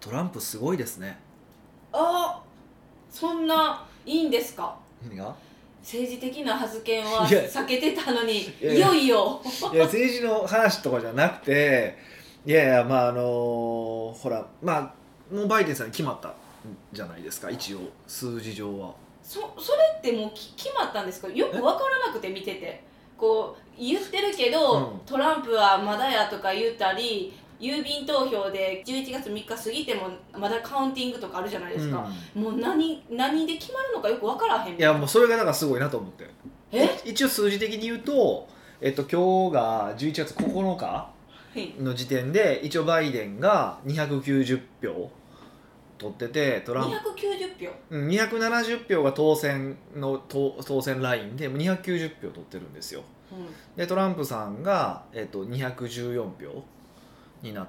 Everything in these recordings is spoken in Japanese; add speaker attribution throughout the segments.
Speaker 1: トランプすごいですね
Speaker 2: あそんないいんですか
Speaker 1: 何が
Speaker 2: 政治的な発言はい
Speaker 1: や
Speaker 2: 避けてたのにい
Speaker 1: いやいや
Speaker 2: よいよ
Speaker 1: いや政治の話とかじゃなくていやいやまああのほらまあもうバイデンさんに決まったじゃないですか一応数字上は
Speaker 2: そそれってもうき決まったんですかよく分からなくて見ててこう言ってるけど、
Speaker 1: うん
Speaker 2: トランプはまだやとか言ったり郵便投票で11月3日過ぎてもまだカウンティングとかあるじゃないですか、
Speaker 1: うん
Speaker 2: もう何何で決まるのかよく分からへん
Speaker 1: いやもうそれがだからすごいなと思って
Speaker 2: え
Speaker 1: 一応数字的に言うと、えっと、今日が11月9日
Speaker 2: はい
Speaker 1: の時点で一応バイデンが290票取っててトランプ
Speaker 2: 290票
Speaker 1: うん270票が当選の当当選ラインで290票取ってるんですよ
Speaker 2: う
Speaker 1: でトランプさんが、えっと214票にな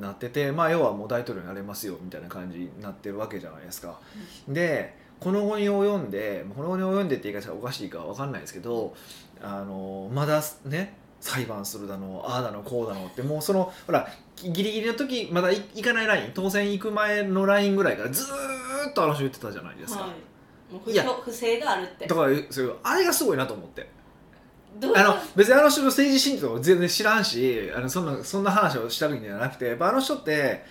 Speaker 1: なってて、まあ、要はもう大統領になれますよみたいな感じになってるわけじゃないですか。でこの後に及んでこの後に及んでって言い方がおかしいかわかんないですけどあのまだね裁判するだのああだのこうだのってもうそのほらギリギリの時まだいいかないライン当選行く前のラインぐらいからずーっとあの人言ってたじゃないです
Speaker 2: ん
Speaker 1: か。
Speaker 2: はいもう不
Speaker 1: いや
Speaker 2: 評不正があるって
Speaker 1: だからそういうあれがすごいなと思って。
Speaker 2: どう
Speaker 1: あの別にあの人の政治信条とか全然知らんしあのそんなそんな話をした時じゃなくてやっぱあの人って、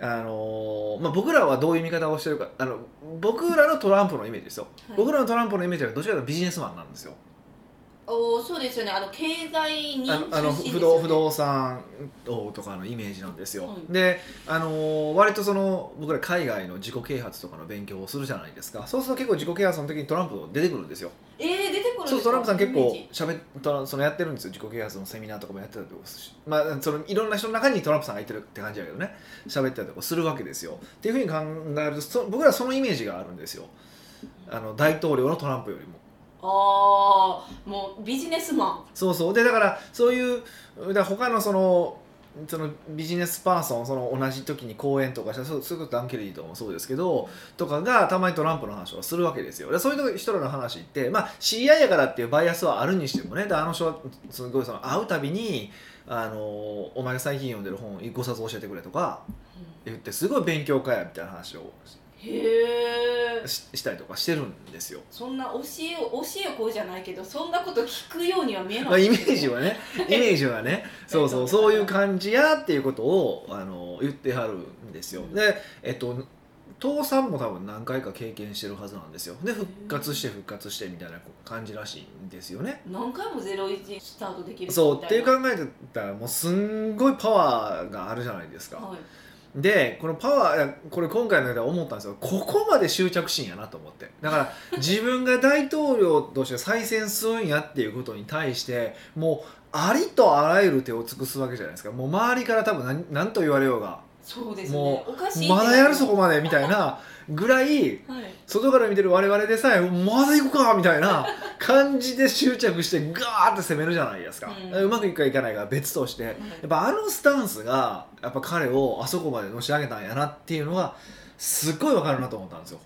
Speaker 1: あのーまあ、僕らはどういう見方をしてるかあの僕らのトランプのイメージですよ、
Speaker 2: はい
Speaker 1: 僕らのトランプのイメージはどちらかというとビジネスマンなんですよ
Speaker 2: おーそうですよねあの経済人
Speaker 1: あのあの
Speaker 2: 出身ですよね
Speaker 1: 不動不動産王とかのイメージなんですよ、
Speaker 2: はい
Speaker 1: で、あのー割とその僕ら海外の自己啓発とかの勉強をするじゃないですかそうすると結構自己啓発の時にトランプ出てくるんですよ
Speaker 2: えー、出てくるんですか
Speaker 1: そうトランプさん結
Speaker 2: イメ
Speaker 1: 構
Speaker 2: ージ
Speaker 1: しゃべそのやってるんですよ自己啓発のセミナーとかもやってたりとかするし、まあ、そのいろんな人の中にトランプさんがいてるって感じだけどね喋ったりとかするわけですよっていうふうに考えるとそ僕らはそのイメージがあるんですよあの大統領のトランプよりも
Speaker 2: ああもうビジネスマ
Speaker 1: そうそうでだからそういうだから他のそのそのビジネスパーソンその同じ時に講演とかしたそうそういうことダン・ケリーとかもそうですけどとかがたまにトランプの話をするわけですよでそういう人らの話って、まあ、知り合いやからっていうバイアスはあるにしてもねであの人はすごいその会うたびにあの「お前が最近読んでる本5冊教えてくれ」とか
Speaker 2: ン
Speaker 1: 言ってすごい勉強会やみたいな話を
Speaker 2: へえ
Speaker 1: ししたりとかしてるんですよ。
Speaker 2: そんな教えを教え子じゃないけどそんなこと聞くようには見えない
Speaker 1: まあ、イメージはねイメージはねそうそ
Speaker 2: えっ
Speaker 1: う
Speaker 2: と
Speaker 1: そういう感じやっていうことをあの言ってはるんですよ
Speaker 2: うん
Speaker 1: でえっと父さんも多分何回か経験してるはずなんですよで復活して復活してみたいな感じらしいんですよね
Speaker 2: 何回もゼロ一スタートできるみたいな
Speaker 1: そうっていう考えてたらもうすんごいパワーがあるじゃないですか
Speaker 2: はい、
Speaker 1: でこのパワーいやこれ今回の間思ったんですよここまで執着心やなと思ってだ から自分が大統領として再選するんやっていうことに対してもうありとあらゆる手を尽くすわけじゃないですかもう周りから多分何何と言われようが
Speaker 2: そうですね
Speaker 1: も
Speaker 2: おかしい
Speaker 1: まだやるそこ
Speaker 2: は
Speaker 1: までみたいなぐらい
Speaker 2: い
Speaker 1: 外から見てる我々でさえまだ行くかみたい な感じで執着してガーって攻めるじゃないですか、
Speaker 2: う
Speaker 1: うんまくいくかいかないかは別としてやっぱあのスタンスがやっぱ彼をあそこまでのし上げたんやなっていうのがすっごいわかるなと思ったんですよ、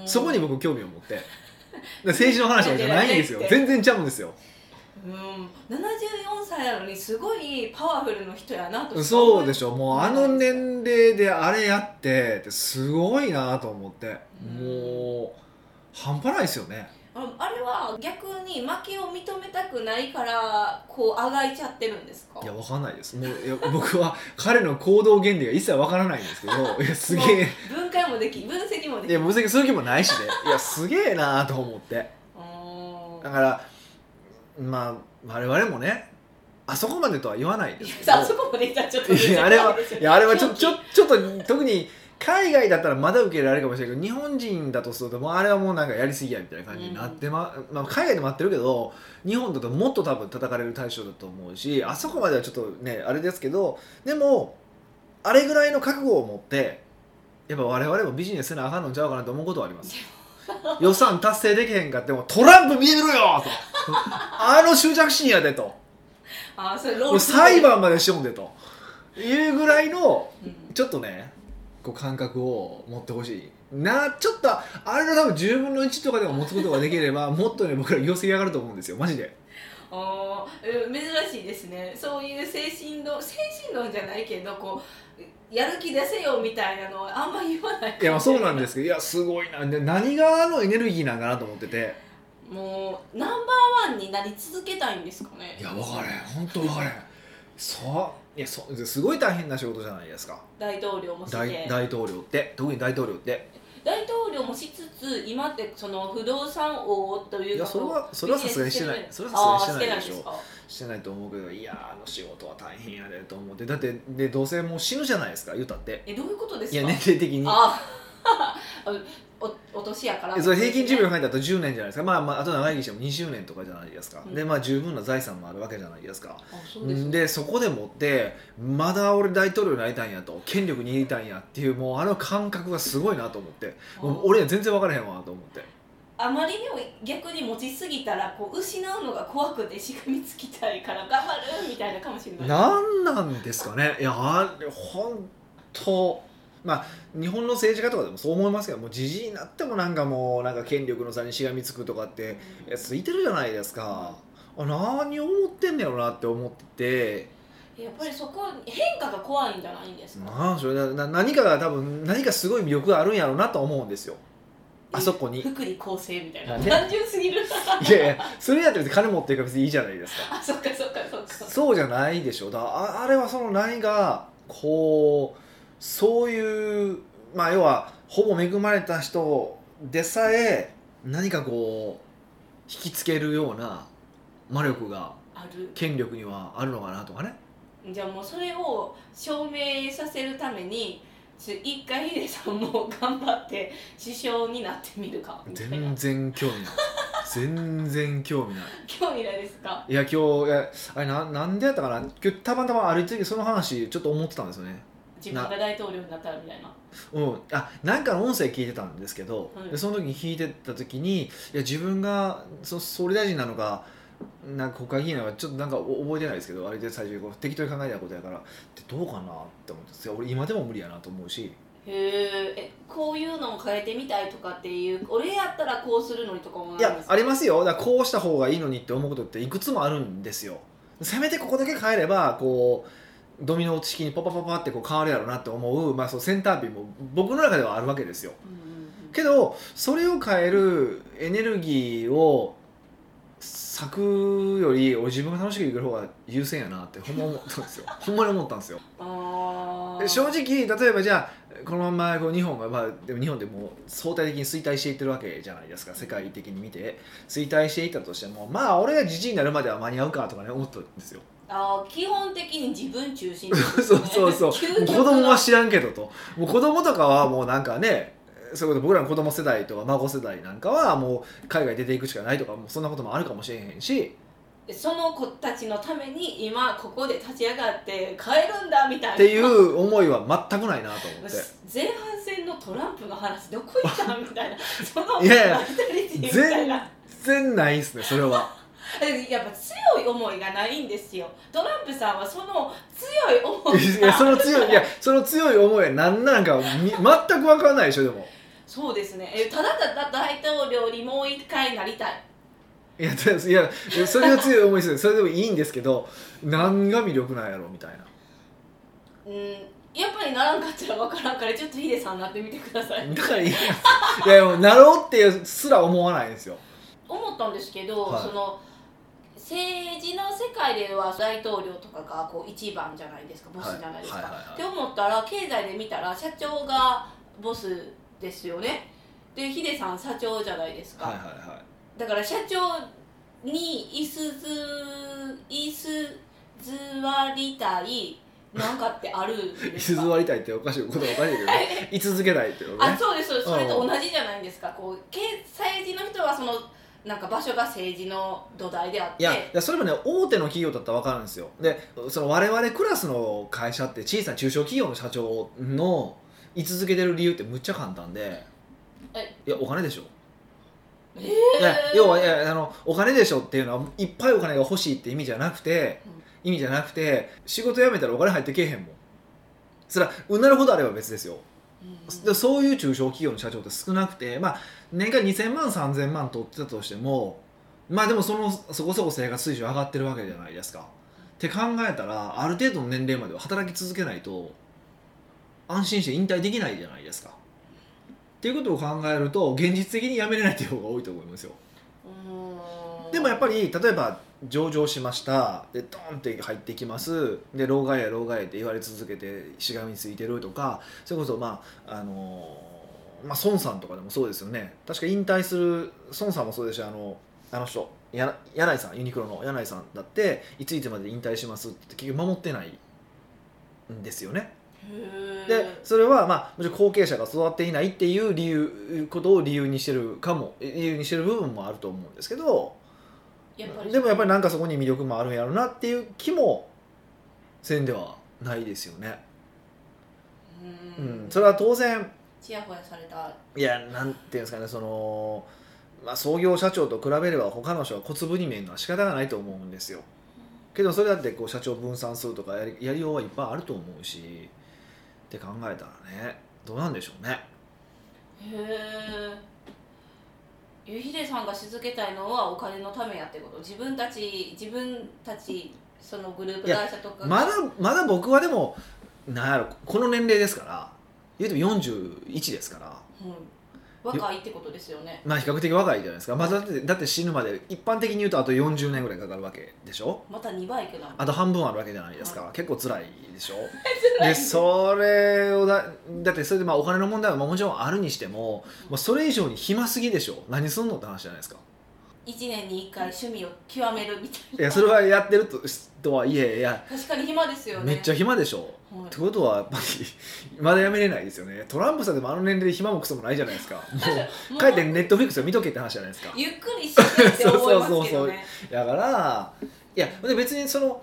Speaker 2: うん
Speaker 1: そこに僕興味を持って政治の話とかじゃないんですよ全然ちゃうんですよ
Speaker 2: うん74歳なのにすごいパワフルの人やなと
Speaker 1: そうで
Speaker 2: し
Speaker 1: しょもうあの年齢であれやってってすごいなと思ってもう半端ないですよね
Speaker 2: ああれは逆に負けを認めたくないからこうあがいちゃってるんですか
Speaker 1: いやわかんないですもういや僕は彼の行動原理が一切わからないんですけどいやすげえ
Speaker 2: 分解もでき分析もで
Speaker 1: い
Speaker 2: き
Speaker 1: や分析する気もないしねいやすげえなと思って
Speaker 2: あ
Speaker 1: だからまあ我々もねあそこまでとは言わないですけど
Speaker 2: さあそこまでいったらちょっと
Speaker 1: いやあれは
Speaker 2: ですよね
Speaker 1: いやあれは ちょちょ
Speaker 2: 狂
Speaker 1: ちょっと特に海外だったらまだ受け入れられるかもしれないけど日本人だとするともうあれはもうなんかやりすぎやみたいな感じになってま、まあ、海外でもやってるけど日本だともっと多分叩かれる対象だと思うしあそこまではちょっとねあれですけどでもあれぐらいの覚悟を持ってやっぱ我々もビジネスせなあかんのちゃうかなと思うことはあります予算達成できへんかってもトランプ見えるよとあの執着心やでと
Speaker 2: 気あーそれロー
Speaker 1: もう
Speaker 2: ル
Speaker 1: 裁、判までしよんでというぐらいの
Speaker 2: うん
Speaker 1: ちょっとねこう感覚を持ってほしいなちょっとあれの多分10分の1とかでも持つことができればもっとね僕ら業績上がると思うんですよマジで
Speaker 2: あーうん珍しいですねそういう精神論精神論じゃないけどこうやる気出せよみたいなのはあんま言わない
Speaker 1: いやまあそうなんですすけどいやすごいなで何があのエネルギーなんかなと思ってて
Speaker 2: もうナンバーワンになり続けたいんですかね
Speaker 1: いや分かれん本当分かれんそういやそうすごい大変な仕事じゃないですか
Speaker 2: 大統領もして
Speaker 1: 大大統領って特に大統領って
Speaker 2: 大統領もしつつ今ってその不動産王とい
Speaker 1: いう
Speaker 2: か
Speaker 1: やそれはそれはさすがにしてないそれ
Speaker 2: あ
Speaker 1: は
Speaker 2: あ
Speaker 1: さ
Speaker 2: ー
Speaker 1: す
Speaker 2: し
Speaker 1: がにしててなでしょ
Speaker 2: ないいですか
Speaker 1: してないと思うけどいやーあの仕事は大変やでと思ってだってでどうせもう死ぬじゃないですか言うたって
Speaker 2: えどういうことです
Speaker 1: い
Speaker 2: か
Speaker 1: や年齢的に
Speaker 2: あ おおお年やから
Speaker 1: それ平均寿命考えたら10年じゃないですか、まあ、まああと長生きしても20年とかじゃないですか、
Speaker 2: うん
Speaker 1: でまあ十分な財産もあるわけじゃないですか
Speaker 2: あそうですね
Speaker 1: でそこでもってまだ俺大統領になりたいんやと権力握りたいんやっていうもうあの感覚がすごいなと思ってもう俺全然分からへんわと思って
Speaker 2: あまりにも逆に持ちすぎたらこう失うのが怖くてしがみつきたいから頑張るみたいなかもしれない
Speaker 1: 何なんですかねいやあれ本当まあ日本の政治家とかでもそう思いますけどもうじじいになってもなんかもうなんか権力の差にしがみつくとかっていやついてるじゃないですか、あ何を思ってんねやろなって思ってて
Speaker 2: やっぱりそこ変化が怖いんじゃないんですか
Speaker 1: なんでしょうねな何かが多分何かすごい魅力があるんやろうなと思うんですよあそこに
Speaker 2: 福利厚生みたいな
Speaker 1: なんで
Speaker 2: 単純すぎる
Speaker 1: いやいやそれやったら別に金持ってるから別にいいじゃないですか
Speaker 2: あそっかそっかそっか
Speaker 1: そうじゃないでしょだああれはそのないがこうそういうまあ要はほぼ恵まれた人でさえ何かこう引きつけるような魔力が
Speaker 2: ある
Speaker 1: 権力にはあるのかなとかね
Speaker 2: じゃあもうそれを証明させるためにちょ一回ヒデさんも頑張って首相になってみるかみたいな
Speaker 1: 全然興味ない全然興味ない
Speaker 2: 興味ないですか
Speaker 1: いや今日いやあれななんでやったかな今日たまたま歩いててその話ちょっと思ってたんですよね
Speaker 2: 自分が大統領になったらみたいな
Speaker 1: うん、あなんかの音声聞いてたんですけど、
Speaker 2: はい
Speaker 1: でその時に聞いてた時にいや自分がそ総理大臣なのかなんか国会議員なのかちょっとなんかお覚えてないですけどあれで最初にこう適当に考えたことやからでどうかなって思っていや俺今でも無理やなと思うし
Speaker 2: へーえこういうのを変えてみたいとかっていう俺やったらこうするのにとかも
Speaker 1: い
Speaker 2: ないん
Speaker 1: や
Speaker 2: ですか
Speaker 1: ありますよだからこうした方がいいのにって思うことっていくつもあるんですよせめてここだけ変えればこうドミノ式にパパパパってこう変わるやろうなって思う、まあ、そうセンターピンも僕の中ではあるわけですよ
Speaker 2: うんうん
Speaker 1: けどそれを変えるエネルギーを割くより俺自分が楽しく生きる方が優先やなってほんま思ったんですよほんまに思ったんですよ
Speaker 2: あー
Speaker 1: 正直例えばじゃあこのままこう日本が、まあ、でも日本でもう相対的に衰退していってるわけじゃないですか世界的に見て衰退していったとしてもまあ俺がじじいになるまでは間に合うかとかね思ったんですよ
Speaker 2: あー基本的に自分中心で す
Speaker 1: そうそうそうも
Speaker 2: 究
Speaker 1: う
Speaker 2: 極
Speaker 1: 子
Speaker 2: の
Speaker 1: 供は知らんけどともう子供とかはもうなんかねそういうこと僕らの子供世代とか孫世代なんかはもう海外出ていくしかないとかもうそんなこともあるかもしれへんし
Speaker 2: その子たちのために今ここで立ち上がって変えるんだみたいな
Speaker 1: っていう思いは全くないなと思って。
Speaker 2: 前半戦のトランプの話どこ行ったみたいなその
Speaker 1: いやいや
Speaker 2: バイタリティみたいな
Speaker 1: 全然ないですねそれは
Speaker 2: やっぱ強い思いがないんですよトランプさんはその強い思い
Speaker 1: い
Speaker 2: が
Speaker 1: やその強いいやその強い思いは何なのかみ全く分からないでしょでも
Speaker 2: そうですねえただただ大統領にもう一回なりたい
Speaker 1: いやだいやそれが強い思いするそれでもいいんですけど何が魅力なんやろみたいな
Speaker 2: うんやっぱりならんかったらわからんからちょっとヒデさんになってみてください
Speaker 1: だからいいやいやもうなろうっていうすら思わないんですよ
Speaker 2: 思ったんですけど、
Speaker 1: はい
Speaker 2: その政治の世界では大統領とかがこう一番じゃないですかボスじゃないですか、
Speaker 1: はいはいはいはい
Speaker 2: って思ったら経済で見たら社長がボスですよねでヒデさん社長じゃないですか、
Speaker 1: はいはいはい
Speaker 2: だから社長に椅子ず椅子座りたいなんかってあるん
Speaker 1: 居
Speaker 2: ですか
Speaker 1: 座りたいっておかしいことはおかしいけどね居続けたいってこと
Speaker 2: あ
Speaker 1: ね
Speaker 2: そうですそうですそれと同じじゃないですかこう経政治の人はそのなんか場所が政治の土台であっ
Speaker 1: い
Speaker 2: て
Speaker 1: やいやそれもね大手の企業だったら分かるんですよでその我々クラスの会社って小さな中小企業の社長の居続けてる理由ってむっちゃ簡単で
Speaker 2: え
Speaker 1: いやお金でしょ
Speaker 2: え
Speaker 1: いや要はいやあのお金でしょっていうのはいっぱいお金が欲しいって意味じゃなくて、意味じゃなくて仕事辞めたらお金入ってけえへんもんそれはうなるほどあれば別ですよ
Speaker 2: うん
Speaker 1: でそういう中小企業の社長って少なくて、まあ、年間2000万3000万取ってたとしてもまあでもそのそこそこ生活水準上がってるわけじゃないですかって考えたらある程度の年齢までは働き続けないと安心して引退できないじゃないですかっていうことを考えると現実的にやめれないっていう方が多いと思いますよ
Speaker 2: うん
Speaker 1: でもやっぱり例えば上場しましたでドーンって入ってきますで老害や老害って言われ続けてしがみついてるとかそれこそまああのーまあ孫さんとかでもそうですよね確か引退する孫さんもそうですしあのあの人や柳井さんユニクロの柳井さんだっていついつまで引退しますって結局守ってないんですよね
Speaker 2: へー
Speaker 1: でそれはまあもちろん後継者が育っていないっていう理由ことを理由にしてるかも理由にしてる部分もあると思うんですけど
Speaker 2: やっぱり
Speaker 1: でもやっぱりなんかそこに魅力もあるんやろうなっていう気もせんではないですよね、う
Speaker 2: うんん
Speaker 1: それは当然
Speaker 2: ちやほやされた
Speaker 1: いやなんていうんですかねその、まあ、創業社長と比べれば他の人は小粒に見えるのは仕方がないと思うんですよけどそれだってこう社長分散するとかやりやりようはいっぱいあると思うしって考えたらねどうなんでしょうね
Speaker 2: へえゆひでさんが続けたいのはお金のためやってこと自分たち自分たちそのグループ会社とか
Speaker 1: まだまだ僕はでもなんやろこの年齢ですから言うても41ですから
Speaker 2: うん、若いってことですよね
Speaker 1: まあ比較的若いじゃないですか、まあ、だってだって死ぬまで一般的に言うとあと40年ぐらいかかるわけでしょ
Speaker 2: また2倍いくな
Speaker 1: あと半分あるわけじゃないですか、結構辛いでしょ
Speaker 2: 辛
Speaker 1: で
Speaker 2: い
Speaker 1: それをだだってそれでまあお金の問題はまあもちろんあるにしても、まあ、それ以上に暇すぎでしょ何すんのって話じゃないですか
Speaker 2: 1年に1回趣味を極めるみたい
Speaker 1: いやそれはやってるととはいえいや
Speaker 2: な確かに暇ですよね
Speaker 1: めっちゃ暇でしょ
Speaker 2: は
Speaker 1: っ
Speaker 2: い
Speaker 1: てことはやっぱり まだやめれないですよねトランプさんでもあの年齢で暇もクソもないじゃないですかも
Speaker 2: も
Speaker 1: う
Speaker 2: う
Speaker 1: 帰ってネットフリックスを見とけって話じゃないですか
Speaker 2: ゆっくりしてって思いますけど
Speaker 1: そうそうそ
Speaker 2: ね
Speaker 1: うそうだからいやで別にその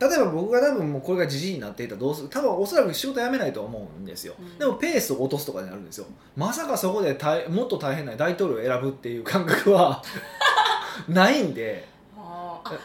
Speaker 1: 例えば僕が多分もうこれがじじいになっていたらどうする多分おそらく仕事辞めないとは思うんですよ、
Speaker 2: うん
Speaker 1: でもペースを落とすとかになるんですよまさかそこで大もっと大変な大統領を選ぶっていう感覚 はないんで
Speaker 2: あーあ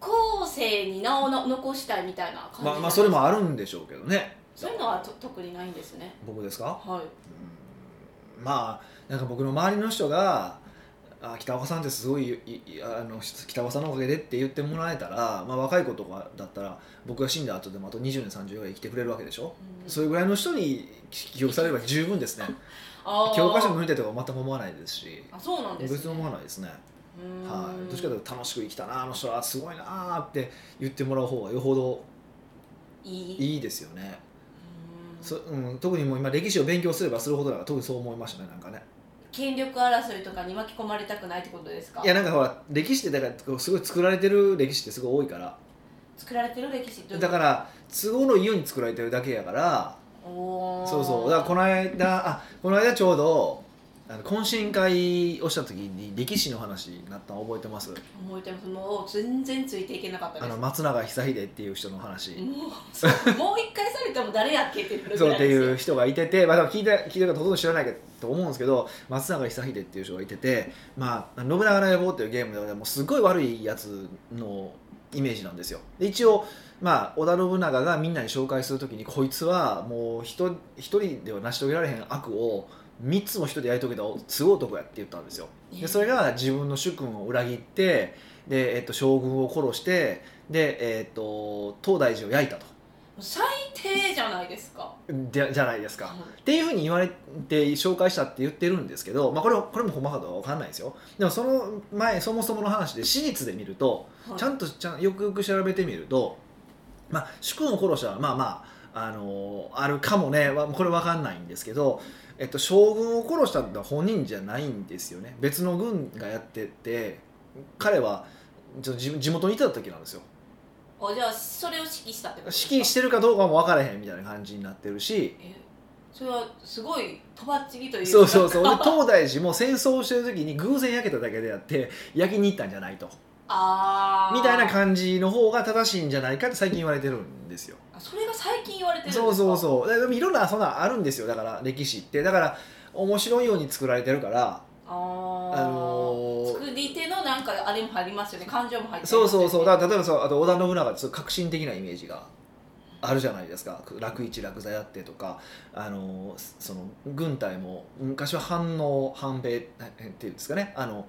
Speaker 2: 後世に名をの残したいみたいな感じ
Speaker 1: まあまあそれもあ
Speaker 2: る
Speaker 1: るんでしょうけどね
Speaker 2: そういうのはと特にないんですね
Speaker 1: 僕ですか
Speaker 2: はい
Speaker 1: うんまあなんか僕の周りの人が「あ北岡さんってすごいいいあの北岡さんのおかげで」って言ってもらえたら、まあ、若い子とかだったら僕が死んだ後でもあと20年30年ぐらい生きてくれるわけでしょ
Speaker 2: うん
Speaker 1: それぐらいの人に記憶されれば十分ですね
Speaker 2: あー
Speaker 1: 教科書の見てとか全く思わないですし
Speaker 2: あそうなんです、ね、
Speaker 1: 別に思わないですね、は
Speaker 2: うーん
Speaker 1: い、どっちかというと楽しく生きたなあの人はすごいなあって言ってもらう方がよほど
Speaker 2: いい
Speaker 1: いいですよね
Speaker 2: うん
Speaker 1: そ、うん、特にもう今歴史を勉強すればするほどだから特にそう思いましたねなんかね
Speaker 2: 権力争いとかに巻き込まれたくないってことですか
Speaker 1: いやなんかほら歴史ってだからこうすごい作られてる歴史ってすごい多いから
Speaker 2: 作られてる歴史って
Speaker 1: だから都合のいいように作られてるだけやから
Speaker 2: おー
Speaker 1: そうそうだからこの間あこの間ちょうどあの懇親会をした時に歴史の話になったの覚えてます
Speaker 2: 覚えてますもう全然ついていけなかった
Speaker 1: あ
Speaker 2: で
Speaker 1: の
Speaker 2: す
Speaker 1: 松永久秀っていう人の話、
Speaker 2: もうそうもう一回されても誰やっけってなるぐ
Speaker 1: そう
Speaker 2: ら
Speaker 1: っ
Speaker 2: い
Speaker 1: て
Speaker 2: ですよ
Speaker 1: いう人がいてて、まあ、多分聞いて聞いてる方ほとんど知らないと思うんですけど松永久秀っていう人がいてて「まあ、信長の野望」っていうゲームでもうすごい悪いやつのイメージなんですよ。で一応、まあ、織田信長がみんなに紹介するときにこいつはもう一人一人では成し遂げられへん悪を3つも人でやり遂げたすごい男やって言ったんですよ。でそれが自分の主君を裏切ってで、えっと、将軍を殺してで、えっと、東大寺を焼いたと。
Speaker 2: 最低じゃないですか
Speaker 1: でじゃないですか。っていうふうに言われて紹介したって言ってるんですけど、まあ、これこれもほんまかどうかわかんないですよでもその前そもそもの話で史実で見るとちゃ
Speaker 2: と
Speaker 1: んとちゃんよくよく調べてみると、まあ、主君を殺したらまあまあ、あのーあるかもねわこれわかんないんですけど、えっと、将軍を殺したのは本人じゃないんですよね別の軍がやってて彼はちょっと地地元にいた時なんですよ
Speaker 2: おじゃあそれを指揮したってことですか
Speaker 1: 指揮してるかどうかも分からへんみたいな感じになってるし
Speaker 2: えそれはすごいとばっちりというか
Speaker 1: そうそうそうで東大寺も戦争をしてる時に偶然焼けただけであって焼きに行ったんじゃないと
Speaker 2: ああ
Speaker 1: みたいな感じの方が正しいんじゃないかって最近言われてるんですよ
Speaker 2: それが最近言われてるんですか
Speaker 1: そうそうそうででもいろんなそんなんあるんですよだから歴史ってだから面白いように作られてるから
Speaker 2: あー、
Speaker 1: あのー
Speaker 2: 作り手のなんかあれも入りますよね感情も入ってますよ
Speaker 1: そ
Speaker 2: ね
Speaker 1: うそうそうだから例えばそうあと織田信長ってすごい革新的なイメージがあるじゃないですか楽市楽座やってとかあのその軍隊も昔は反応反米えっていうんですかねあの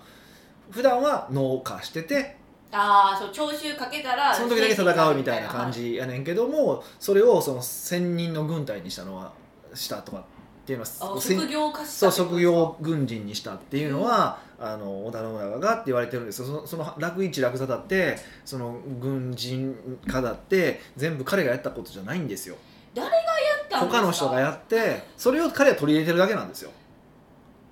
Speaker 1: 普段は農家してて
Speaker 2: ああそう徴収かけたら
Speaker 1: その時だけ戦うみたいな感じやねんけどもそれをその専任の軍隊にしたのはしたとかっていうの
Speaker 2: あ
Speaker 1: は
Speaker 2: 職業化した
Speaker 1: そう
Speaker 2: ってこ
Speaker 1: 職
Speaker 2: と
Speaker 1: 業軍人にしたっていうのは、あの織田信長がって言われてるんですよそのその楽一楽座だってその軍人家だって全部彼がやったことじゃないんですよ
Speaker 2: だったんですか
Speaker 1: 他の人がやってそれを彼は取り入れてるだけなんですよ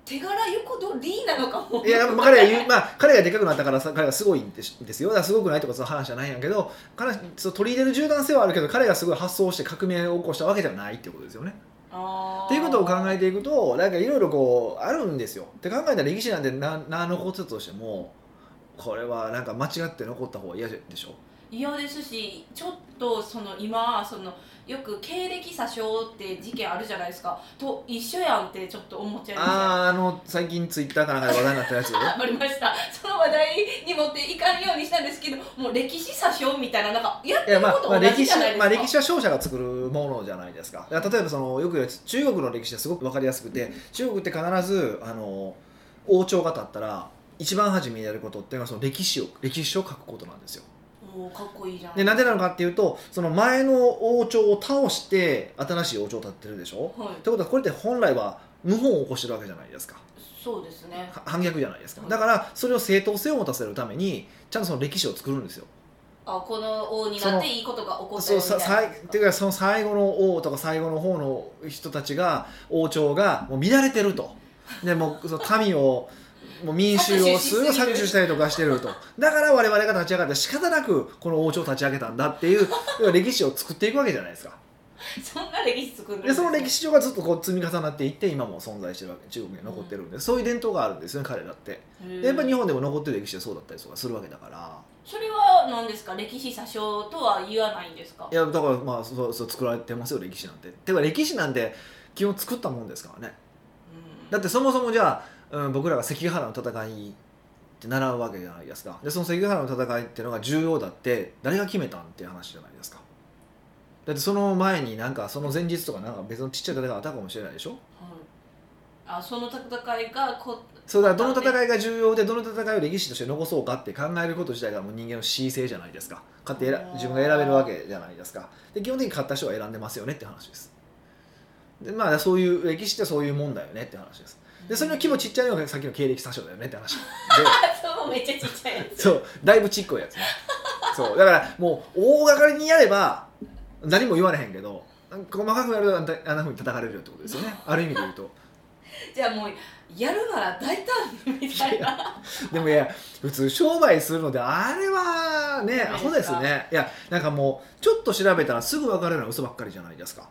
Speaker 2: 手柄ゆこどりなのかも
Speaker 1: いやまあ彼が言う、まあ、彼がでかくなったからさ彼がすごいんですですよだからすごくないとかその話じゃないんやけど彼そう取り入れる柔軟性はあるけど彼がすごい発想をして革命を起こしたわけじゃないっていうことですよね。
Speaker 2: あー
Speaker 1: っていうことを考えていくとなんかいろいろこうあるんですよ。って考えたら歴史なんてな何のこととしてもこれはなんか間違って残った方が嫌でしょ。
Speaker 2: 嫌ですしちょっとその今そのよく経歴詐称って事件あるじゃないですかと一緒やんってちょっと思っちゃいました
Speaker 1: あああの最近ツイッターかなんかで話題になった やつ
Speaker 2: ありましたその話題に持っていかんようにしたんですけどもう歴史詐称みたいななんかやっ
Speaker 1: い
Speaker 2: て
Speaker 1: や
Speaker 2: る
Speaker 1: まあ
Speaker 2: こ、と
Speaker 1: まあ、
Speaker 2: 同じ
Speaker 1: 歴
Speaker 2: じゃない
Speaker 1: 史
Speaker 2: ですか、
Speaker 1: まあ歴史は勝者が作るものじゃないですかだから例えばそのよく言う中国の歴史はすごく分かりやすくて中国って必ずあの王朝が立ったら一番初めにやることっていうのはその歴史を歴史書を書くことなんですよ
Speaker 2: もうかっこいいじゃん
Speaker 1: でなんでなのかっていうとその前の王朝を倒して新しい王朝を立ってるでしょ
Speaker 2: はい
Speaker 1: ってことはこれって本来は謀反を起こしてるわけじゃないですか
Speaker 2: そうですね
Speaker 1: は反逆じゃないですか
Speaker 2: はい
Speaker 1: だからそれを正当性を持たせるためにちゃんとその歴史を作るんですよ
Speaker 2: あこの王になっていいことが起こった
Speaker 1: そ
Speaker 2: よ
Speaker 1: う
Speaker 2: みた
Speaker 1: さ
Speaker 2: いな
Speaker 1: さいっていうかその最後の王とか最後の方の人たちが王朝がもう乱れてるとでもうその民をもう民衆をすごい
Speaker 2: 搾
Speaker 1: 搾
Speaker 2: 取しすぎ
Speaker 1: 取
Speaker 2: る
Speaker 1: したりとかしてるとだから我々が立ち上がって仕方なくこの王朝を立ち上げたんだっていう要は歴史を作っていくわけじゃないですか
Speaker 2: そんな歴史作るん
Speaker 1: でその歴
Speaker 2: 史
Speaker 1: 史上がずっとこう積み重なっていって今も存在してるわけ中国には残ってるんで、そういう伝統があるんですよね彼らってでやっぱ日本でも残ってる歴史はそうだったりとかするわけだから
Speaker 2: それは何ですか歴史詐称とは言わないんですか
Speaker 1: いやだからまあそうそう作られてますよ歴史なんててか歴史なんて基本作ったもんですからね
Speaker 2: うん
Speaker 1: だってそもそもじゃあ、うん、僕らが関ヶ原の戦いって習うわけじゃないですかでその関ヶ原の戦いっていうのが重要だって誰が決めたんっていう話じゃないですかだってその前になんかその前日とかなんか別のちっちゃい戦いがあったかもしれないでしょ
Speaker 2: はい、あその戦いがこ
Speaker 1: そうだからどの戦いが重要でどの戦いを歴史として残そうかって考えること自体がもう人間の恣意性じゃないですか勝手に選自分が選べるわけじゃないですかで基本的に勝った人が選んでますよねって話ですでまあそういう歴史ってそういうもんだよねって話ですでそれの規 模ちっちゃいのがさっきの経歴詐称だよねって話で
Speaker 2: そうめっちゃちっちゃいやつ
Speaker 1: そうだいぶちっこいやつねそうだからもう大掛かりにやれば何も言われへんけど細かくやるとあんたあんなふうに叩かれるよってことですよねある意味で言うと
Speaker 2: じゃあもうやるなら大胆にみたいな
Speaker 1: でもいや普通商売するのであれはねアホですねいやなんかもうちょっと調べたらすぐ分かるような嘘ばっかりじゃないですか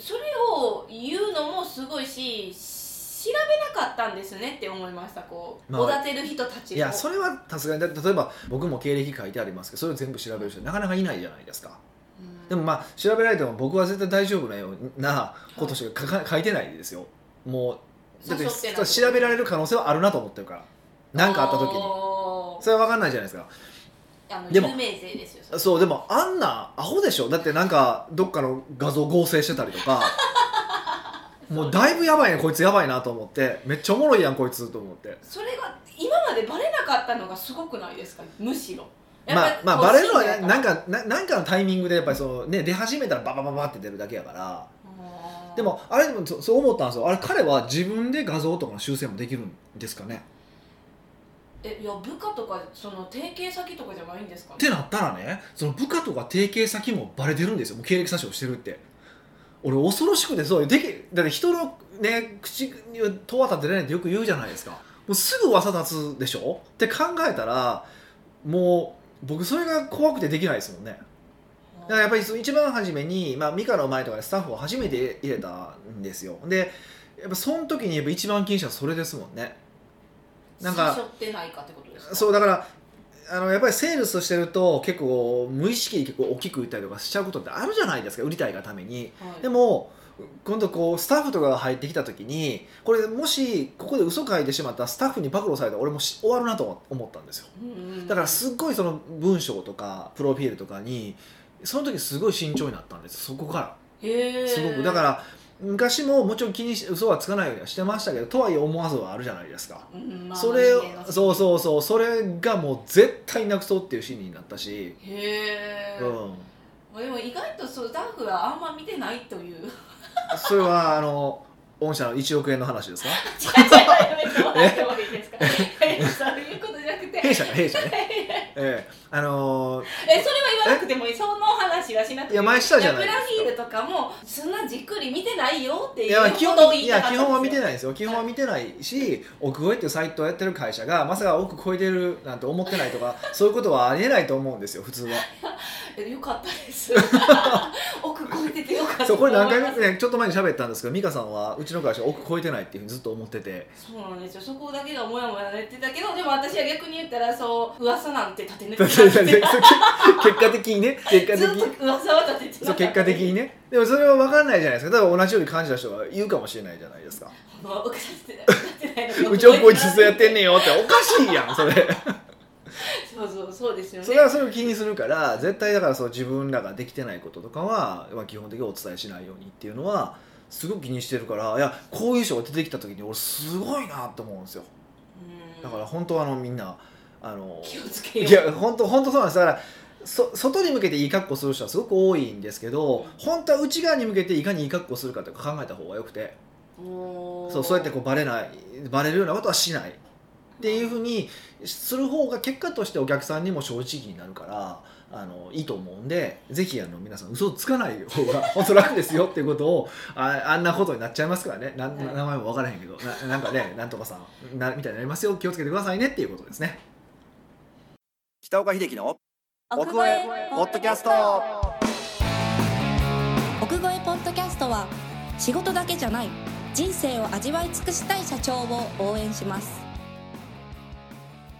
Speaker 2: それを言うのもすごいし調べなかったんですねって思いましたこう
Speaker 1: まあ
Speaker 2: おだてる人たちを
Speaker 1: いやそれはさすがにだって例えば僕も経歴書いてありますけどそれを全部調べる人なかなかいないじゃないですか
Speaker 2: うん
Speaker 1: でもまあ調べられても僕は絶対大丈夫なようなことしか書か書いてないですよもうだって
Speaker 2: 誘ってない
Speaker 1: 調べられる可能性はあるなと思ってるから何かあった時に
Speaker 2: おー
Speaker 1: それは分かんないじゃないですか
Speaker 2: あの
Speaker 1: でも
Speaker 2: 有名税ですよそれ
Speaker 1: そうでもあんなアホでしょだってなんかどっかの画像合成してたりと かもうだいぶやばいねこいつやばいなと思ってめっちゃおもろいやんこいつと思って
Speaker 2: それが今までバレなかったのがすごくないですかむしろ
Speaker 1: まあまあバレるのはねなん
Speaker 2: か
Speaker 1: かななんかのタイミングでやっぱりそのね出始めたらババババって出るだけやからでもあれでもそそう思ったんですよあれ彼は自分で画像とかの修正もできるんですかね
Speaker 2: えいや部下とかその提携先とかじゃないんですか
Speaker 1: っ
Speaker 2: ね
Speaker 1: てなったらねその部下とか提携先もバレてるんですよもう経歴詐称してるって俺恐ろしくてそうできだって人のね口に戸は立てられないってよく言うじゃないですかもうすぐ噂立つでしょって考えたらもう僕それが怖くてできないですもんねだからやっぱりその一番初めに、まあ、ミカの前とかでスタッフを初めて入れたんですよでやっぱその時にやっぱ一番気にしたのはそれですもんねなんか
Speaker 2: 誘ってないかってことですか
Speaker 1: そうだからあのやっぱりセールスしてると結構無意識に結構大きく売ったりとかしちゃうことってあるじゃないですか売りたいがために
Speaker 2: はい
Speaker 1: でも今度こうスタッフとかが入ってきた時にこれもしここで嘘書いてしまったらスタッフに暴露されたら俺もし終わるなと思ったんですよ
Speaker 2: うんうん
Speaker 1: だからすっごいその文章とかプロフィールとかにその時すごい慎重になったんですそこから
Speaker 2: へー
Speaker 1: すごくだから昔ももちろん気にし嘘はつかないようにはしてましたけどとはいえ思わずはあるじゃないですか、
Speaker 2: うんまあ
Speaker 1: それ
Speaker 2: 人間の
Speaker 1: そうそうそうそれがもう絶対なくそうっていうシーンになったし、
Speaker 2: へえ、
Speaker 1: う
Speaker 2: ま
Speaker 1: ん、
Speaker 2: あでも意外とそうダークはあんま見てないと いう違う違う
Speaker 1: それはあの御社の1億円の話 ですか
Speaker 2: やめてもらってもいいですかいやそういうことじゃなくて
Speaker 1: 弊社が弊社ねええあのー
Speaker 2: えそれは言わなくてもいいその話はしなくてい
Speaker 1: いや前したじゃない
Speaker 2: ブ
Speaker 1: です
Speaker 2: ラ
Speaker 1: か
Speaker 2: ヒールとかもそんなじっくり見てないよって
Speaker 1: い
Speaker 2: いう
Speaker 1: やまあ基
Speaker 2: ほ
Speaker 1: 本
Speaker 2: ど言
Speaker 1: い
Speaker 2: いた
Speaker 1: や
Speaker 2: かったんですよ
Speaker 1: 基本は見てないですよ基本は見てないし億超えっていうサイトをやってる会社がまさか億超えてるなんて思ってないとかそういうことはありえないと思うんですよ普通は
Speaker 2: えよかったです奥超えててよかった
Speaker 1: そうこれ何回
Speaker 2: 思います
Speaker 1: 目ねちょっと前に喋ったんですけど美香さんはうちの会社億超えてないっていうふうにずっと思って て
Speaker 2: そうなんですよそこだけがモヤモヤ言ってたけどでも私は逆に言ったらそう噂なんて立て抜け
Speaker 1: 結
Speaker 2: なくて
Speaker 1: 果的にね結果的
Speaker 2: ずっ
Speaker 1: に
Speaker 2: と噂は立ててなかった
Speaker 1: そう結果的にねでもそれは分かんないじゃないですか多分同じように感じた人が言うかもしれないじゃないですか
Speaker 2: まあ奥さんって立てないのが
Speaker 1: うち億超えずっとやってんねんよっておかしいやんそれ
Speaker 2: そうそうそうですよね
Speaker 1: それはそれを気にするから絶対だからそう自分らができてないこととかは、まあ、基本的にお伝えしないようにっていうのはすごく気にしてるからいやこういう人が出てきた時に俺すごいなと思うんですよ
Speaker 2: うん
Speaker 1: だから本当あのみんなあの
Speaker 2: 気をつけよう
Speaker 1: いや本当本当そうなんですだからそ外に向けていい格好する人はすごく多いんですけど本当は内側に向けていかにいい格好するかとか考えた方がよくて
Speaker 2: おー
Speaker 1: そうそうやってこうバレないバレるようなことはしないっていうふうにする方が結果としてお客さんにも正直になるからあのいいと思うんでぜひあの皆さん嘘つかない方が 本当楽ですよっていうことをああんなことになっちゃいますからねなん
Speaker 2: はい
Speaker 1: 名前も分からへんけどななんかねなんとかさんなみたいになりますよ気をつけてくださいねっていうことですね北岡秀樹の
Speaker 3: 奥越えポッドキャスト奥越えポッドキャストは仕事だけじゃない人生を味わい尽くしたい社長を応援します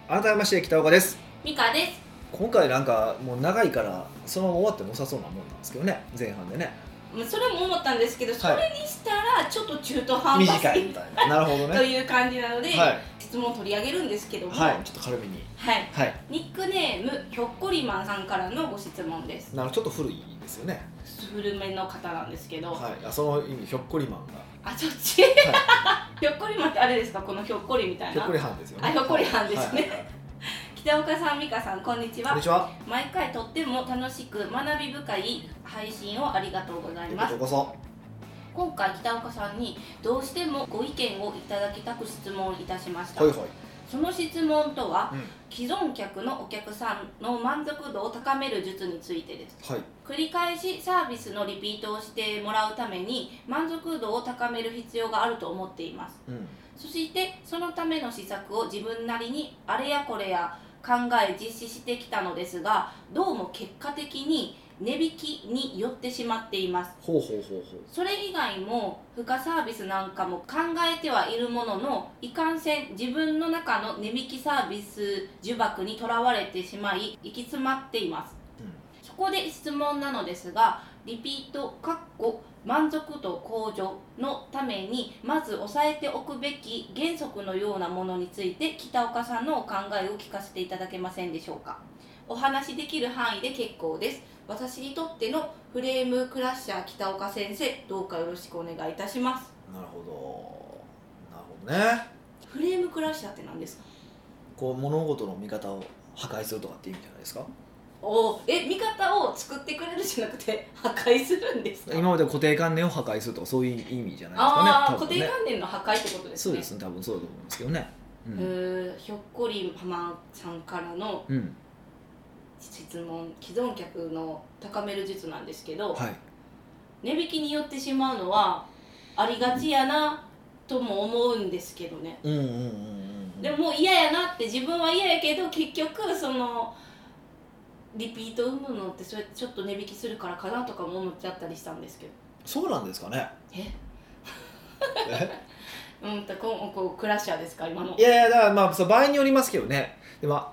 Speaker 1: 改めまして北岡です
Speaker 2: ミカです
Speaker 1: 今回なんかもう長いからそのまま終わっても良さそうなもんなんですけどね前半でね
Speaker 2: まあそれも思ったんですけど、それにしたらちょっと中途半端
Speaker 1: 短いみた いななるほど
Speaker 2: と
Speaker 1: ね
Speaker 2: いう感じなので、
Speaker 1: はい
Speaker 2: 質問を取り上げるんですけども、
Speaker 1: はい、ちょっと軽めに。
Speaker 2: はい
Speaker 1: はい。
Speaker 2: ニックネームひょっこりまんさんからのご質問です
Speaker 1: なのちょっと古いですよね。
Speaker 2: 古めの方なんですけど、
Speaker 1: はい。あその意味ひょっこりマンが、
Speaker 2: あそっち ひょっこりまんってあれですかこのひょっこりみたい
Speaker 1: ひょっ
Speaker 2: な
Speaker 1: こりはんですよね。
Speaker 2: あひょっこりはんですね
Speaker 1: はいはいはい
Speaker 2: 北岡さん美香さんこんにち
Speaker 1: こん
Speaker 2: は
Speaker 1: にちは。
Speaker 2: 毎回とっても楽しく学び深い配信をありがとうございます
Speaker 1: ようこそ。
Speaker 2: 今回北岡さんにどうしてもご意見をいただきたく質問いたしました
Speaker 1: ほいほい。
Speaker 2: その質問とは
Speaker 1: うん。
Speaker 2: 既存客のお客さんの満足度を高める術についてです
Speaker 1: はい。
Speaker 2: 繰り返しサービスのリピートをしてもらうために満足度を高める必要があると思っています
Speaker 1: うん。
Speaker 2: そしてそのための施策を自分なりにあれやこれや考え実施してきたのですがどうも結果的に値引きに寄ってしまっています
Speaker 1: ほうほうほうほう。
Speaker 2: それ以外も付加サービスなんかも考えてはいるもののいかんせん自分の中の値引きサービス呪縛にとらわれてしまい行き詰まっています
Speaker 1: う
Speaker 2: そこで質問なのですがリピートかっこ満足度向上のためにまず押さえておくべき原則のようなものについて北岡さんのお考えを聞かせていただけませんでしょうかお話しできる範囲で結構です私にとってのフレームクラッシャー北岡先生どうかよろしくお願いいたします
Speaker 1: ん。なるほど。なるほどね。
Speaker 2: フレームクラッシャーって何ですか
Speaker 1: こう物事の見方を破壊するとかって意味じゃないですか。
Speaker 2: おーえ味方を作ってくれるじゃなくて破壊するんですか
Speaker 1: 今まで固定観念を破壊するとかそういう意味じゃないですかね。
Speaker 2: ああ、
Speaker 1: 多
Speaker 2: 固
Speaker 1: 分ね
Speaker 2: 定観念の破壊ってことですね
Speaker 1: そうですね。多分そうだと思うんですけどね。うん。
Speaker 2: えーひょっこりパマンさんからの
Speaker 1: うん。
Speaker 2: 質問既存客の高める術なんですけど、
Speaker 1: はい。
Speaker 2: 値引きによってしまうのはありがちやなとも思うんですけどね
Speaker 1: うんうんうんうんうん。
Speaker 2: でももう嫌やなって自分は嫌やけど結局そのリピート生むのってそれちょっと値引きするからかなとかも思っちゃったりしたんですけど
Speaker 1: そうなんですかね。
Speaker 2: え
Speaker 1: え？
Speaker 2: うんとこうこうクラッシャーですか今の
Speaker 1: いやいやだからまあそう場合によりますけどねでもあ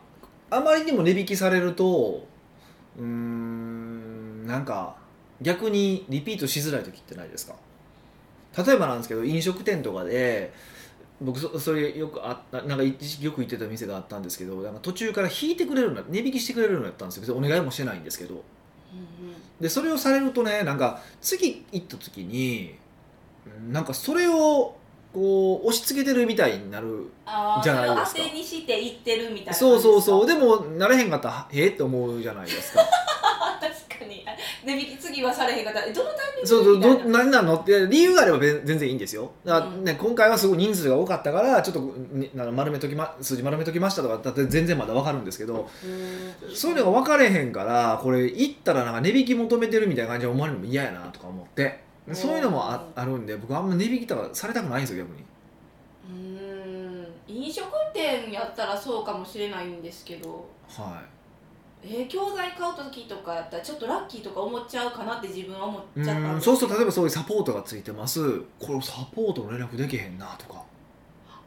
Speaker 1: あまりにも値引きされるとうーんなんか逆にリピートしづらい時ってないですか例えばなんですけど飲食店とかで僕そそれよくあったなんか一時期よく行ってた店があったんですけどなんか途中から引いてくれるの値引きしてくれるようになったんですよ別にお願いもしてないんですけど
Speaker 2: うんうん
Speaker 1: でそれをされるとねなんか次行った時になんかそれをこう押し付けてるみたいになる
Speaker 2: あー
Speaker 1: じゃないですか
Speaker 2: それを当てにしていってるみたいな
Speaker 1: そうそうそう
Speaker 2: う
Speaker 1: でもなれへんかったらえって思うじゃないです か
Speaker 2: 確かにあ値引き次はされへんかったえどのタイミングで
Speaker 1: そうそう
Speaker 2: みたい
Speaker 1: ど
Speaker 2: な
Speaker 1: 何なのって理由があればべ全然いいんですよだから、
Speaker 2: うん
Speaker 1: ね、今回はすごい人数が多かったからちょっと、ね、な丸めとき、ま、数字丸めときましたとかだって全然まだ分かるんですけど
Speaker 2: うーん
Speaker 1: そういうのが分かれへんからこれ行ったらなんか値引き求めてるみたいな感じで思われるのも嫌やなとか思ってそういうのもああるんで僕あんま値引きとかされたくないんですよ逆に。
Speaker 2: うーん飲食店やったらそうかもしれないんですけど
Speaker 1: は
Speaker 2: えー、教材買う時とかやったらちょっとラッキーとか思っちゃうかなって自分は思っ
Speaker 1: い、う
Speaker 2: ちゃったん
Speaker 1: ん
Speaker 2: です
Speaker 1: そうすると例えばそういうサポートがついてますこれサポートの連絡できへんなとか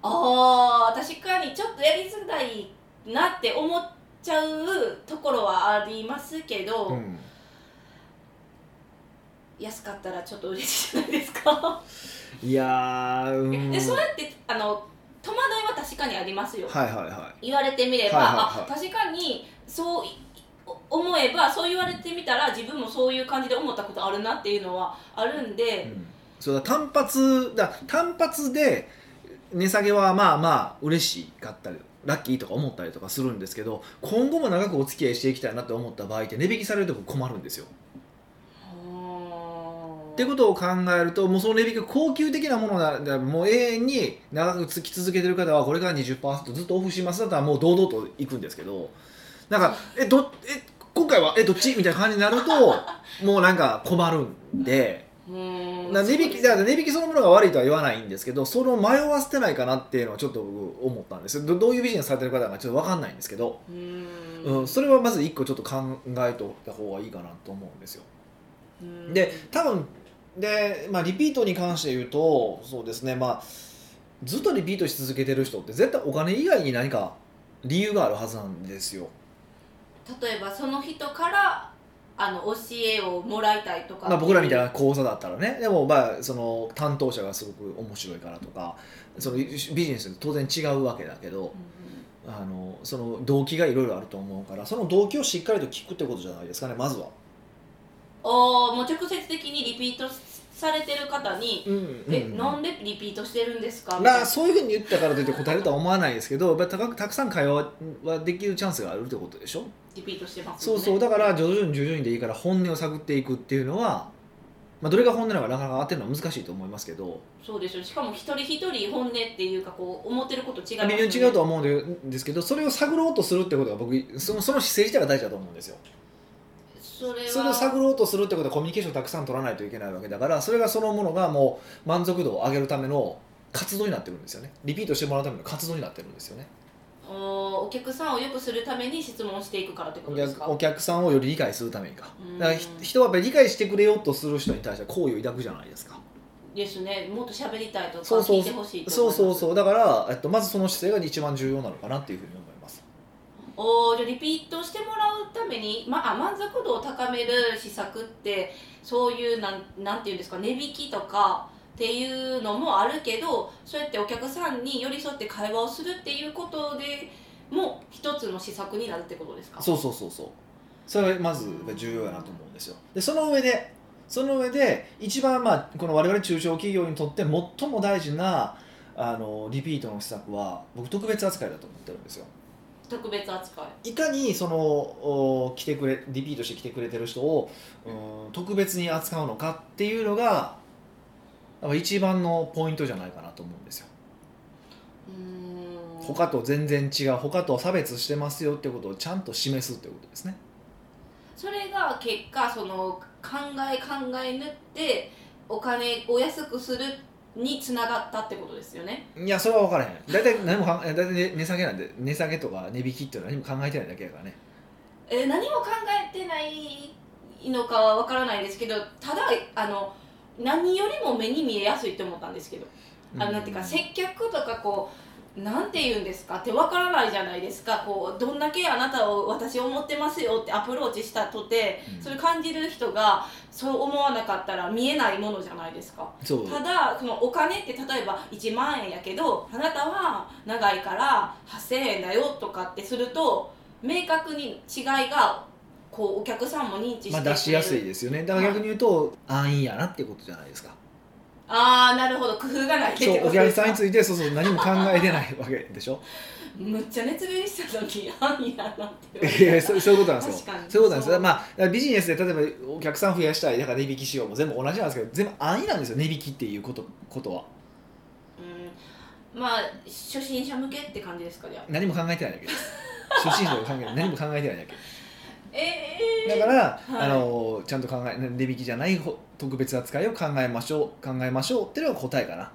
Speaker 2: あー確かにちょっとやりづらいなって思っちゃうところはありますけど、
Speaker 1: うん
Speaker 2: 安かったらちょっと嬉しいじゃないですか、
Speaker 1: いやーうん
Speaker 2: でそうやってあの戸惑いは確かにありますよ
Speaker 1: はいはいは
Speaker 2: 言われてみれば、
Speaker 1: はいはいはい
Speaker 2: あ確かにそうい思えばそう言われてみたら自分もそういう感じで思ったことあるなっていうのはあるん
Speaker 1: い、う
Speaker 2: で、
Speaker 1: ん、そうだ単発だ単発で値下げはまあまあ嬉しかったりラッキーとか思ったりとかするんですけど今後も長くお付き合いしていきたいなって思った場合って値引きされると僕困るんですよ
Speaker 2: うん
Speaker 1: ってことを考えるともうその値引きが高級的なものならもう永遠に長くつき続けてる方はこれから20%ずっとオフしますだったらもう堂々といくんですけどなんかえどえ今回はえどっちみたいな感じになるともうなんか困るんで
Speaker 2: うん
Speaker 1: な値引きだから値引きそのものが悪いとは言わないんですけどそれを迷わせてないかなっていうのはちょっと僕思ったんですよどどういうビジネスされてる方かちょっと分かんないんですけど、
Speaker 2: う
Speaker 1: うんん、それはまず一個ちょっと考えておいた方がいいかなと思うんですよ。
Speaker 2: うん
Speaker 1: で多分で、まあ、リピートに関して言うとそうですねまあずっとリピートし続けてる人って絶対お金以外に何か理由があるはずなんですよ、
Speaker 2: 例えばその人からあの教えをもらいたいとか
Speaker 1: まあ、僕らみたい
Speaker 2: な
Speaker 1: な講座だったらねでもまあその担当者がすごく面白いからとかそのビジネスって当然違うわけだけどあのその動機がいろいろあると思うからその動機をしっかりと聞くってことじゃないですかねまずは。
Speaker 2: おーもう直接的にリピートされてる方に
Speaker 1: うん
Speaker 2: 「えなんでリピートしてるんですか?」みたい
Speaker 1: ま
Speaker 2: な
Speaker 1: あ、そういうふうに言ったからといって答えるとは思わないですけどやっぱりたかたくさん会話はできるチャンスがあるってことでしょ
Speaker 2: リピートしてます
Speaker 1: そ
Speaker 2: よ
Speaker 1: う
Speaker 2: ね
Speaker 1: そうだから徐々に徐々にでいいから本音を探っていくっていうのは、まあ、どれが本音なのかなかなか当てるのは難しいと思いますけど
Speaker 2: そうですよしかも一人一人本音っていうかこう思ってること違い
Speaker 1: 微
Speaker 2: ま
Speaker 1: 妙
Speaker 2: す
Speaker 1: に
Speaker 2: よね
Speaker 1: 違うとは思うんですけどそれを探ろうとするってことが僕そのその姿勢自体が大事だと思うんですよ
Speaker 2: それは
Speaker 1: それを探ろうとするってことはコミュニケーションをたくさん取らないといけないわけだからそれがそのものがもう満足度を上げるための活動になってるんですよねリピートしてもらうための活動になってるんですよね
Speaker 2: おーお客さんを良くするために質問していくからってこ
Speaker 1: お
Speaker 2: とですか
Speaker 1: 客お客さんをより理解するためにか
Speaker 2: うん
Speaker 1: だからひ人はやっぱり理解してくれようとする人に対しては好意を抱くじゃないですか
Speaker 2: ですねもっと喋りたいとか
Speaker 1: そうそう
Speaker 2: 聞いてほしいと
Speaker 1: そうそうそううだから、えっと、まずその姿勢が一番重要なのかなっていうふうに思います
Speaker 2: おーじゃあリピートしてもらうために、まあ、満足度を高める施策ってそういうなんなんていうんですか値引きとかっていうのもあるけどそうやってお客さんに寄り添って会話をするっていうことでも一つの施策になるってことですか
Speaker 1: そうそうそうそうそれがまず重要やなと思うんですよでその上でその上で一番まあこの我々中小企業にとって最も大事なあのリピートの施策は僕特別扱いだと思ってるんですよ
Speaker 2: 特別扱い
Speaker 1: いかにそのお来てくれリピートして来てくれてる人をうん特別に扱うのかっていうのがやっぱ一番のポイントじゃないかなと思うんですよ
Speaker 2: うーん
Speaker 1: 他と全然違う他と差別してますよってことをちゃんと示すってことですね
Speaker 2: それが結果その考え考え縫ってお金を安くするにつながったってことですよね
Speaker 1: いやそれは分からへん大体何も考え大体ね値下げなんで値下げとか値引きっていうのは何も考えてないだけやからね
Speaker 2: えー何も考えてないのかはわからないですけどただあの何よりも目に見えやすいって思ったんですけど、あのなんていうか接客とかこうなんて言うんですかってわからないじゃないですかこうどんだけあなたを私思ってますよってアプローチしたとて
Speaker 1: うん
Speaker 2: それ感じる人がそう思わなかったら見えないものじゃないですか
Speaker 1: そう
Speaker 2: ただそのお金って例えば1万円やけどあなたは長いから8,000円だよとかってすると明確に違いがこうお客さんも認知して
Speaker 1: まあ
Speaker 2: くれる
Speaker 1: 出しやすいですよねだから逆に言うと安易やなってことじゃないですか
Speaker 2: ああなるほど工夫がないって
Speaker 1: そ
Speaker 2: こと
Speaker 1: うお
Speaker 2: で
Speaker 1: 客
Speaker 2: すか
Speaker 1: さんについてそうそう何も考えてないわけで しょ
Speaker 2: むっちゃ熱弁した時あんやなって
Speaker 1: い
Speaker 2: 思っ
Speaker 1: やいやそうそういうことなんですよ
Speaker 2: 確かに
Speaker 1: そういうことなんです
Speaker 2: そ
Speaker 1: よ
Speaker 2: う
Speaker 1: まあだからビジネスで例えばお客さん増やしたいだから値引きしようも全部同じなんですけど全部安易なんですよ値引きっていうことことは
Speaker 2: うんまあ初心者向けって感じですかじゃあ
Speaker 1: 何も考えてないだけです初心者の考え何も考えてないだけ
Speaker 2: ええ
Speaker 1: だから、
Speaker 2: はい
Speaker 1: あのちゃんと考え値引きじゃないほ特別扱いを考えましょう考えましょうっていうのが答えかな、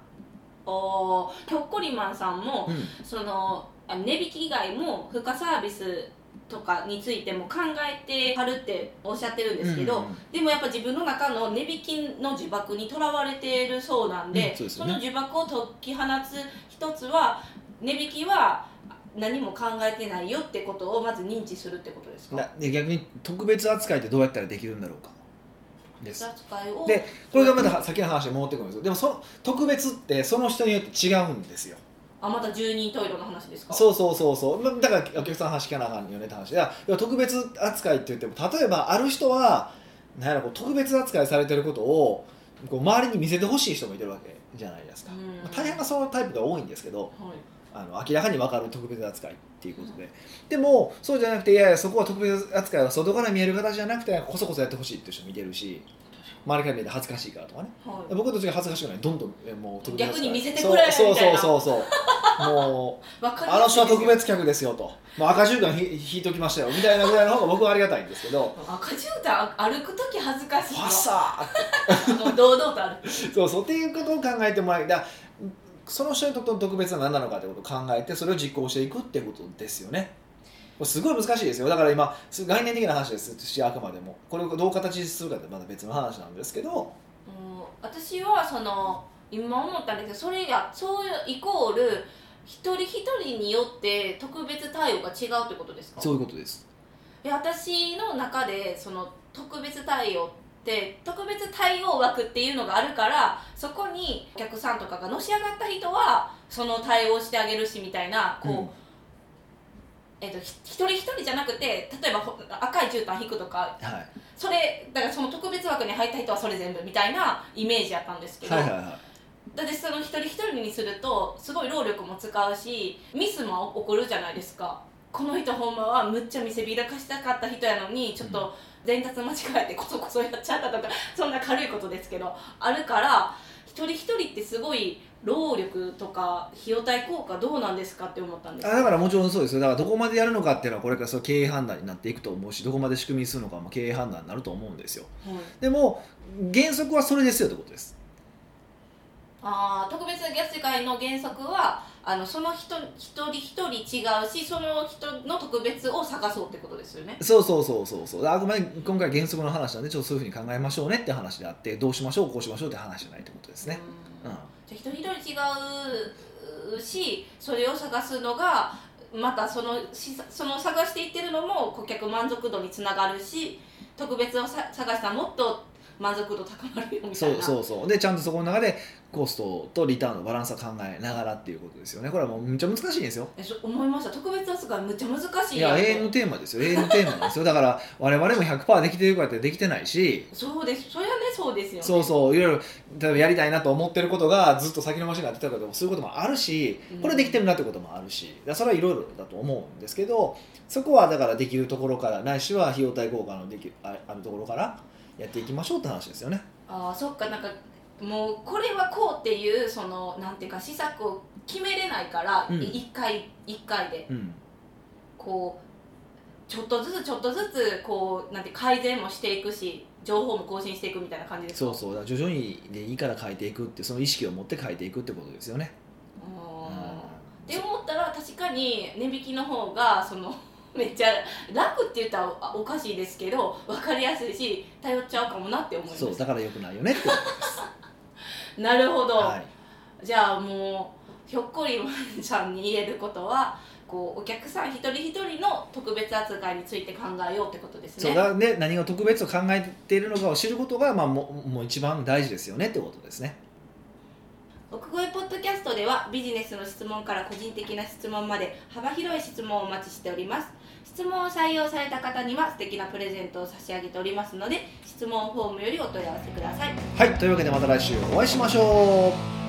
Speaker 2: おーひょっこりまんさんも
Speaker 1: うん
Speaker 2: そのあ値引き以外も付加サービスとかについても考えてはるっておっしゃってるんですけど、
Speaker 1: うんうんうん
Speaker 2: でもやっぱ自分の中の値引きの呪縛にとらわれているそうなんで,、
Speaker 1: うんそうですよ
Speaker 2: の
Speaker 1: ね
Speaker 2: 呪縛を解き放つ一つは値引きは何も考えてないよってことをまず認知するってことですか
Speaker 1: だで逆に特別扱いってどうやったらできるんだろうかです
Speaker 2: 扱いを
Speaker 1: でこれがまた先の話に戻ってくるんですよでもその特別ってその人によって違うんですよ
Speaker 2: あまた住人トイレの話ですか
Speaker 1: そうそうそうそうまだからお客さんの話聞かなあかんよねって話で要は特別扱いって言っても例えばある人はなんやろこう特別扱いされてることをこう周りに見せてほしい人もいてるわけじゃないですか、
Speaker 2: うん
Speaker 1: まあ大半がそのタイプが多いんですけど
Speaker 2: はい
Speaker 1: あの明らかに分かる特別扱いっていうことで、でもそうじゃなくていやいやそこは特別扱いは外から見える形じゃなくてこそこそやってほしいっていう人もいてるし周りから見えて恥ずかしいからとかね
Speaker 2: はい
Speaker 1: 僕たちが恥ずかしくないどんどんえもう特別扱い
Speaker 2: 逆に見せてくれみたいな
Speaker 1: そうそうそうそうそうもう
Speaker 2: わかり
Speaker 1: あの
Speaker 2: やす
Speaker 1: 人は
Speaker 2: いですよ
Speaker 1: 特別客ですよともう赤絨毯ひ引いときましたよみたいなぐらいの方が僕はありがたいんですけど
Speaker 2: 赤絨毯歩く時恥ずかしい
Speaker 1: ファッサーって
Speaker 2: 堂々と歩く
Speaker 1: そうそうっていうことを考えてもらいだからその人にとっての特別は何なのかってことを考えてそれを実行していくってことですよねこれすごい難しいですよだから今す概念的な話ですしあくまでもこれをどう形にするかってまた別の話なんですけど
Speaker 2: もう私はその今思ったんですけどそれやそういうイコール一人一人によって特別対応が違うってことですか
Speaker 1: そういうことです
Speaker 2: いや私の中でその特別対応って特別対応枠っていうのがあるからそこにお客さんとかがのし上がった人はその対応してあげるしみたいなこう、
Speaker 1: うん
Speaker 2: えっと、ひ一人一人じゃなくて例えばほ赤い絨毯引くとか
Speaker 1: はい
Speaker 2: それだからその特別枠に入った人はそれ全部みたいなイメージやったんですけど、
Speaker 1: はいはいは
Speaker 2: だってその一人一人にするとすごい労力も使うしミスも起こるじゃないですかこの人ほんまはむっちゃ見せびらかしたかった人やのにちょっと伝達間違えてこそこそやっちゃったとかそんな軽いことですけどあるから一人一人ってすごい労力とか費用対効果どうなんですかって思ったん
Speaker 1: い
Speaker 2: です
Speaker 1: あだからもちろんそうですよだからどこまでやるのかっていうのはこれからその経営判断になっていくと思うしどこまで仕組みにするのかも経営判断になると思うんですよ
Speaker 2: はい
Speaker 1: でも原則はそれですよってことです
Speaker 2: あー特別安い会の原則はあのその人一人一人違うしその人の特別を探そうってことですよね
Speaker 1: そうそうそうそうそうあくまで今回原則の話なんでちょっとそういうふうに考えましょうねって話であってどうしましょうこうしましょうって話じゃないってことですね、
Speaker 2: う
Speaker 1: うんん
Speaker 2: じゃあ一人一人違うしそれを探すのがまたそのしその探していってるのも顧客満足度につながるし特別をさ探したらもっと満足度高まるよみた
Speaker 1: そ
Speaker 2: いな
Speaker 1: うそうそうでちゃんとそこの中でコストとリターンのバランスを考えながらっていうことですよねこれはもうめっちゃ難しいんですよ
Speaker 2: えそう思いました特別扱いむっちゃ難し
Speaker 1: い
Speaker 2: いやん
Speaker 1: や
Speaker 2: と
Speaker 1: 永遠のテーマですよ永遠のテーマなんですよだから我々も100%できてるかってできてないし
Speaker 2: そうですそれはねそうですよね
Speaker 1: そうそういろいろ例えばやりたいなと思ってることがずっと先延ばしになってたりとかもそういうこともあるし
Speaker 2: うん
Speaker 1: これできてるなってこともあるしだからそれはいろいろだと思うんですけどそこはだからできるところからないしは費用対効果のできるああるところからやっていきましょうって話ですよね。
Speaker 2: ああそっかなんかもうこれはこうっていうそのなんていうか施策を決めれないから、
Speaker 1: うん
Speaker 2: 一回一回で
Speaker 1: うん
Speaker 2: こうちょっとずつちょっとずつこうなんて改善もしていくし情報も更新していくみたいな感じです
Speaker 1: そ
Speaker 2: か
Speaker 1: うそうだから徐々にでいいから変えていくってその意識を持って変えていくってことですよね。う
Speaker 2: う
Speaker 1: ん
Speaker 2: んって思ったら確かに値引きの方がその めっちゃ楽って言ったらおおかしいですけど分かりやすいし頼っちゃうかもなって思いま
Speaker 1: そう
Speaker 2: し
Speaker 1: だから良くないよねってことです。
Speaker 2: たなるほど、
Speaker 1: はい
Speaker 2: じゃあもうひょっこりまんさんに言えることはこうお客さん一人一人の特別扱いについて考えようってことです
Speaker 1: そう
Speaker 2: ね
Speaker 1: だからね何が特別と考えているのかを知ることが、まあ、ももう一番大事ですよねってことですね。
Speaker 2: 奥越ポッドキャストではビジネスの質問から個人的な質問まで幅広い質問をお待ちしております質問を採用された方には素敵なプレゼントを差し上げておりますので質問フォームよりお問い合わせください
Speaker 1: はいというわけでまた来週お会いしましょう